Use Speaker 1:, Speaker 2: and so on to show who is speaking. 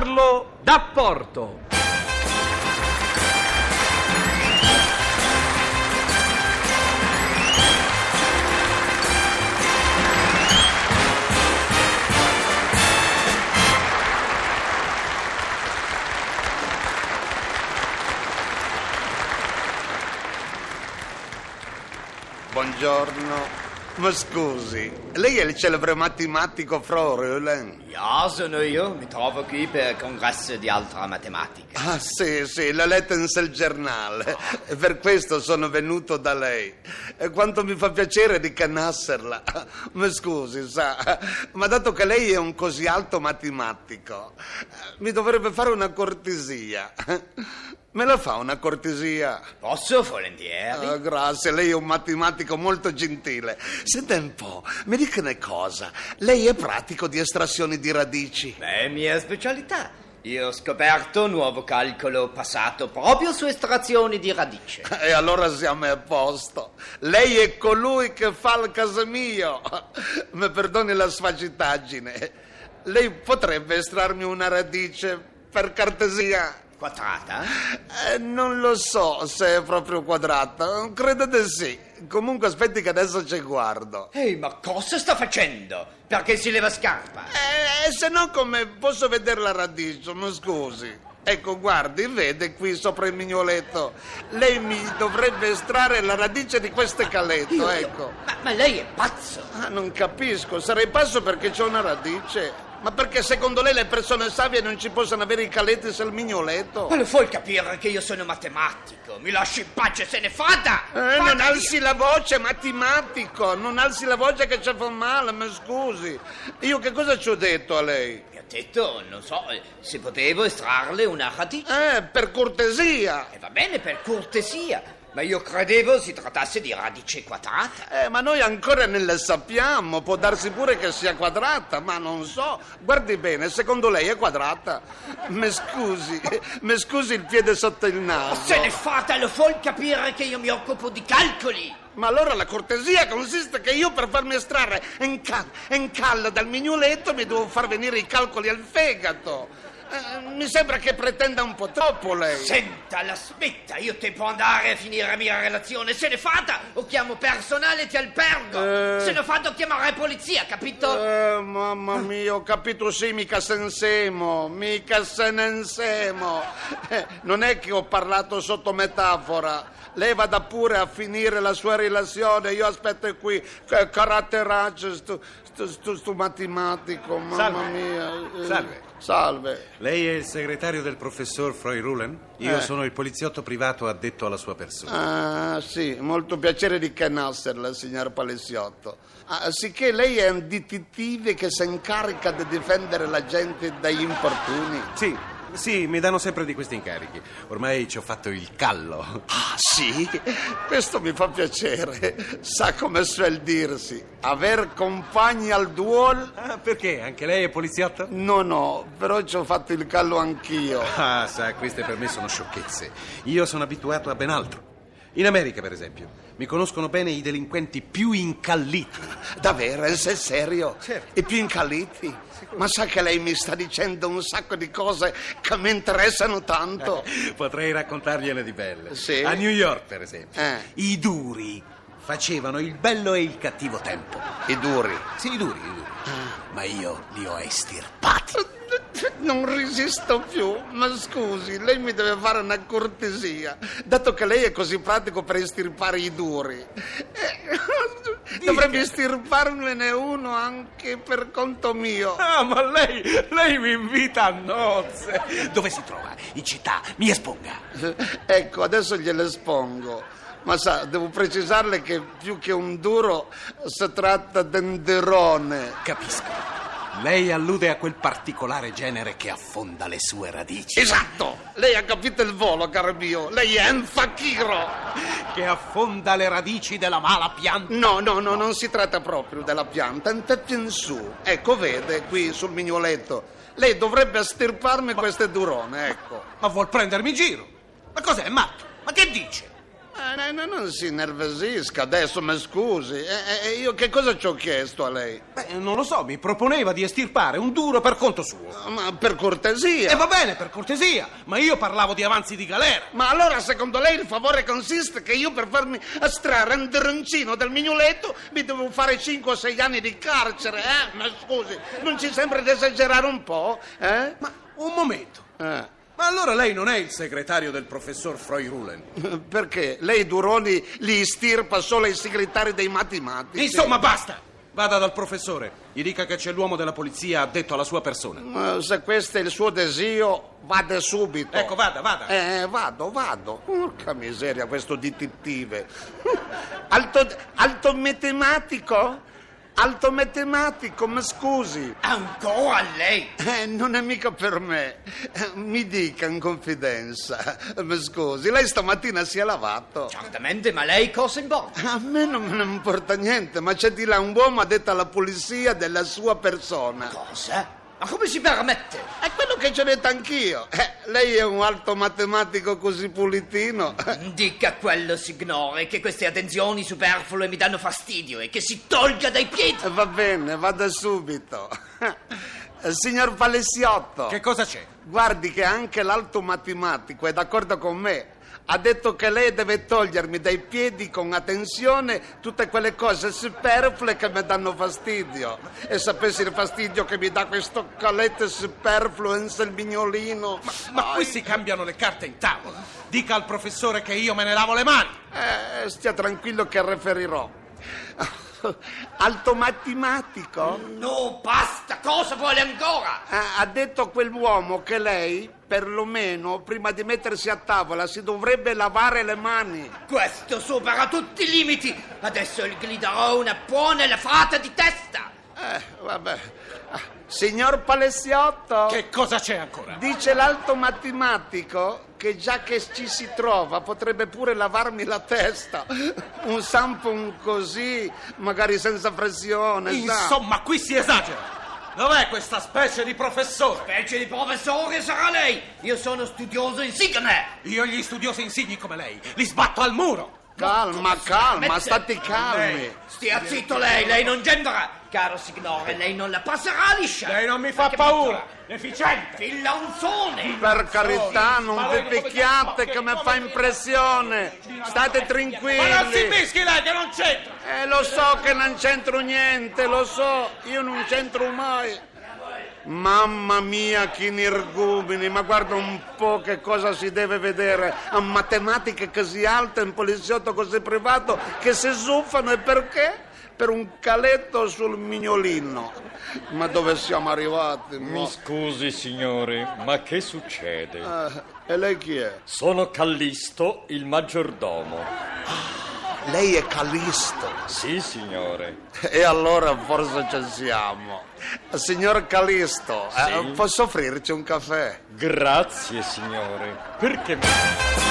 Speaker 1: Carlo D'Apporto.
Speaker 2: Buongiorno. Ma scusi, lei è il celebre matematico Froreul?
Speaker 3: Ja, sono io, mi trovo qui per congresso di altra matematica.
Speaker 2: Ah, sì, sì, l'ho letto in sul giornale. E Per questo sono venuto da lei. E quanto mi fa piacere di canasserla. Ma scusi, sa, ma dato che lei è un così alto matematico, mi dovrebbe fare una cortesia. Me la fa una cortesia?
Speaker 3: Posso volentieri?
Speaker 2: Ah, grazie, lei è un matematico molto gentile. Senta un po', mi dica una cosa. Lei è pratico di estrazioni di radici?
Speaker 3: Beh, mia specialità. Io ho scoperto un nuovo calcolo passato proprio su estrazioni di radice.
Speaker 2: E allora siamo a posto. Lei è colui che fa il caso mio. Mi perdoni la sfacitaggine. Lei potrebbe estrarmi una radice per cortesia?
Speaker 3: Quadrata?
Speaker 2: Eh, non lo so se è proprio quadrata. Credo di sì. Comunque aspetti che adesso ci guardo.
Speaker 3: Ehi, ma cosa sta facendo? Perché si leva scarpa?
Speaker 2: Eh, se no come posso vedere la radice? Mi scusi. Ecco, guardi, vede qui sopra il mignoletto. Lei mi dovrebbe estrarre la radice di questo caletto, ecco.
Speaker 3: Ma, ma lei è pazzo!
Speaker 2: Ah, non capisco, sarei pazzo perché c'è una radice. Ma perché secondo lei le persone savie non ci possono avere i caletti sul mignoletto?
Speaker 3: Ma lo vuoi capire che io sono matematico? Mi lasci in pace, se ne fada!
Speaker 2: Eh,
Speaker 3: Fada
Speaker 2: non
Speaker 3: via!
Speaker 2: alzi la voce, matematico, non alzi la voce che ci fa male, mi scusi. Io che cosa ci ho detto a lei?
Speaker 3: Mi ha detto, non so, eh, se potevo estrarle una radice.
Speaker 2: Eh, per cortesia.
Speaker 3: E va bene per cortesia, ma io credevo si trattasse di radice quadrata.
Speaker 2: Eh, ma noi ancora non le sappiamo, può darsi pure che sia quadrata, ma non so. Guardi bene, secondo lei è quadrata? Mi scusi, mi scusi il piede sotto il naso.
Speaker 3: Oh, Se ne fate, lo vuol capire che io mi occupo di calcoli!
Speaker 2: Ma allora la cortesia consiste che io per farmi estrarre in, cal- in callo dal mignoletto mi devo far venire i calcoli al fegato. Eh, mi sembra che pretenda un po' troppo lei.
Speaker 3: Senta, la smetta, io devo andare a finire la mia relazione, se ne fata o chiamo personale e ti albergo!
Speaker 2: Eh.
Speaker 3: Se ne fate o chiamare polizia, capito?
Speaker 2: Eh, mamma mia, ho capito sì, mica sensemo, mica senensemo. Eh, non è che ho parlato sotto metafora. Lei vada pure a finire la sua relazione, io aspetto qui. Che caratteraccio, sto, sto, sto- sto matematico, mamma
Speaker 4: Salve.
Speaker 2: mia. Eh,
Speaker 4: Salve.
Speaker 2: Salve.
Speaker 4: Lei è il segretario del professor Freurulen? Io
Speaker 2: Eh.
Speaker 4: sono il poliziotto privato addetto alla sua persona.
Speaker 2: Ah, sì, molto piacere di conoscerla, signor Palesiotto. Ah, sicché lei è un detective che si incarica di difendere la gente dagli infortuni.
Speaker 4: Sì, sì, mi danno sempre di questi incarichi. Ormai ci ho fatto il callo.
Speaker 2: Ah, sì? Questo mi fa piacere. Sa come suol dirsi. Aver compagni al duol?
Speaker 4: Ah, perché? Anche lei è poliziotto?
Speaker 2: No, no, però ci ho fatto il callo anch'io.
Speaker 4: Ah, sa, queste per me sono sciocchezze. Io sono abituato a ben altro. In America, per esempio, mi conoscono bene i delinquenti più incalliti.
Speaker 2: Davvero, Eh, se è serio?
Speaker 4: Certo.
Speaker 2: E più incaliti? Ma sa che lei mi sta dicendo un sacco di cose che mi interessano tanto.
Speaker 4: Potrei raccontargliene di belle.
Speaker 2: Sì.
Speaker 4: A New York, per esempio,
Speaker 2: Eh.
Speaker 4: i duri facevano il bello e il cattivo tempo.
Speaker 2: I duri.
Speaker 4: Sì, i duri, i duri. Ma io li ho estirpati.
Speaker 2: Non resisto più, ma scusi, lei mi deve fare una cortesia, dato che lei è così pratico per estirpare i duri. Eh, Dovrebbe estirparmene uno anche per conto mio.
Speaker 4: Ah, ma lei, lei mi invita a nozze. Dove si trova? In città, mi esponga.
Speaker 2: Ecco, adesso gliele espongo, ma sa, devo precisarle che più che un duro si tratta di un derone.
Speaker 4: Capisco. Lei allude a quel particolare genere che affonda le sue radici.
Speaker 2: Esatto, lei ha capito il volo, caro mio, lei è un fakiro.
Speaker 4: Che affonda le radici della mala pianta.
Speaker 2: No, no, no, non si tratta proprio della pianta, è un tetto in su. Ecco, vede, qui sul mignoletto. Lei dovrebbe stirparmi queste durone, ecco.
Speaker 4: Ma vuol prendermi in giro? Ma cos'è, matto? Ma che dice?
Speaker 2: Eh, no, non si nervosisca adesso, mi scusi. Eh, eh, io che cosa ci ho chiesto a lei?
Speaker 4: Beh, non lo so, mi proponeva di estirpare un duro per conto suo.
Speaker 2: Ma per
Speaker 4: E
Speaker 2: cortesia.
Speaker 4: va bene, per cortesia, ma io parlavo di avanzi di galera.
Speaker 2: Ma allora, secondo lei, il favore consiste che io per farmi astrarre un droncino dal mignoletto mi devo fare 5 o 6 anni di carcere, eh? Ma scusi, non ci sembra di esagerare un po', eh?
Speaker 4: Ma un momento.
Speaker 2: Eh,
Speaker 4: Ma allora lei non è il segretario del professor Freurulen?
Speaker 2: Perché? Lei Duroni li stirpa solo ai segretari dei matematici.
Speaker 4: Insomma, basta! Vada dal professore, gli dica che c'è l'uomo della polizia addetto alla sua persona.
Speaker 2: Ma Se questo è il suo desiderio, vada subito.
Speaker 4: Ecco, vada, vada.
Speaker 2: Eh, vado, vado. Porca miseria, questo detective. Alto, alto matematico? Alto matematico, ma scusi.
Speaker 3: Ancora lei?
Speaker 2: Eh, non è mica per me. Eh, Mi dica in confidenza. Ma scusi, lei stamattina si è lavato.
Speaker 3: Certamente, ma lei cosa importa?
Speaker 2: A me non me ne importa niente, ma c'è di là un uomo addetto alla pulizia della sua persona.
Speaker 3: Cosa? Ma come si permette?
Speaker 2: È quello che ci ho detto anch'io. Eh, lei è un alto matematico così pulitino.
Speaker 3: Dica a quello signore che queste attenzioni superflue mi danno fastidio e che si tolga dai piedi.
Speaker 2: Eh, Va bene, vada subito. Eh, Signor Palessiotto,
Speaker 4: Che cosa c'è?
Speaker 2: guardi che anche l'alto matematico è d'accordo con me. Ha detto che lei deve togliermi dai piedi con attenzione tutte quelle cose superflue che mi danno fastidio. E sapessi il fastidio che mi dà questo calette superfluo in selvignolino.
Speaker 4: Ma qui si cambiano le carte in tavola. Dica al professore che io me ne lavo le mani.
Speaker 2: Eh, stia tranquillo che referirò. Alto matematico? eh,
Speaker 3: No, basta, cosa vuole ancora?
Speaker 2: Ha ha detto a quell'uomo che lei, perlomeno, prima di mettersi a tavola, si dovrebbe lavare le mani.
Speaker 3: Questo supera tutti i limiti. Adesso gli darò una buona elefata di testa.
Speaker 2: Eh, vabbè. Ah, Signor Palessiotto,
Speaker 4: Che cosa c'è ancora?
Speaker 2: dice l'alto matematico che già che ci si trova potrebbe pure lavarmi la testa. Un sampon così, magari senza pressione. sa.
Speaker 4: Insomma, qui si esagera. Dov'è questa specie di professore?
Speaker 3: Specie di professore sarà lei. Io sono studioso insigne.
Speaker 4: Io gli studiosi insigni come lei li sbatto al muro.
Speaker 2: Calma, calma,
Speaker 3: mette-
Speaker 2: stati calmi.
Speaker 4: Lei-
Speaker 3: Stia zitto lei, lei non gendera. Caro signore, lei non la passerà liscia.
Speaker 4: Lei non mi fa paura. Deficiente.
Speaker 3: Fillanzone.
Speaker 2: Per carità, non
Speaker 4: Ma
Speaker 2: vi
Speaker 4: lei come-
Speaker 2: picchiate
Speaker 4: ma
Speaker 2: che
Speaker 4: che-
Speaker 2: mi
Speaker 4: come-
Speaker 2: fa impressione. State
Speaker 4: Ma non si
Speaker 2: tranquilli.
Speaker 4: mischi lei che non c'entra.
Speaker 2: Eh, lo so che non c'entro niente, lo so, io non c'entro mai. Mamma mia, che energumeni, ma guarda un po' che cosa si deve vedere. A matematiche così alte, un poliziotto così privato, che si zuffano e perché? Per un caletto sul mignolino. Ma dove siamo arrivati? mo?
Speaker 5: Mi scusi signore, ma che succede?
Speaker 2: Eh, e lei chi è?
Speaker 5: Sono Callisto, il maggiordomo.
Speaker 2: Lei è Calisto.
Speaker 5: Sì signore.
Speaker 2: E allora forse ci siamo. Signor Calisto, eh,
Speaker 5: Sì?
Speaker 2: posso offrirci un caffè?
Speaker 5: Grazie signore. Perché mi...